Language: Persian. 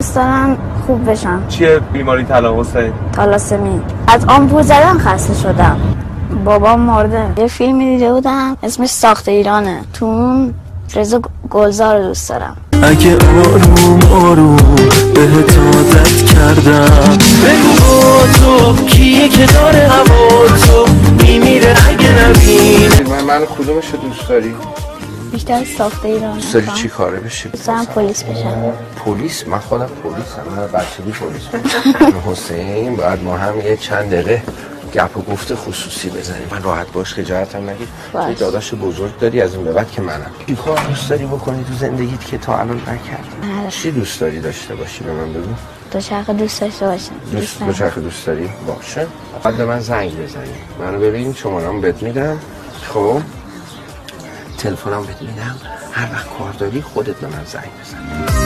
دوست دارم خوب بشم چیه بیماری طلا حسین تالاسمی از آمپول زدن خسته شدم بابام مرده یه فیلمی دیده بودم اسمش ساخت ایرانه تو اون رضا گلزار رو دوست دارم اگه آروم آروم بهت عادت کردم بگو با تو کیه که داره هوا تو میمیره اگه نبین من من کدومش رو دوست داری؟ بیشتر ساخت ایرانه دوست داری چی کاره بشی؟ دوست دارم پلیس بشم پلیس من خودم پلیسم من بچگی پلیس بودم. حسین بعد ما هم یه چند دقیقه گپ و گفت خصوصی بزنیم من راحت باش خجالت هم نگیر باش. تو داداش بزرگ داری از این به بعد که منم چی کار دوست داری بکنی تو زندگیت که تا الان نکردی ندارم. چی دوست داری داشته باشی به من بگو دوچرخه دوست داشته باشم دوست دوست ندارم. دوچرخه دوست داری باشه بعد به من زنگ بزنی منو ببین شمارم بهت میدم خب تلفنم بهت میدم هر وقت کار داری خودت به من زنگ بزن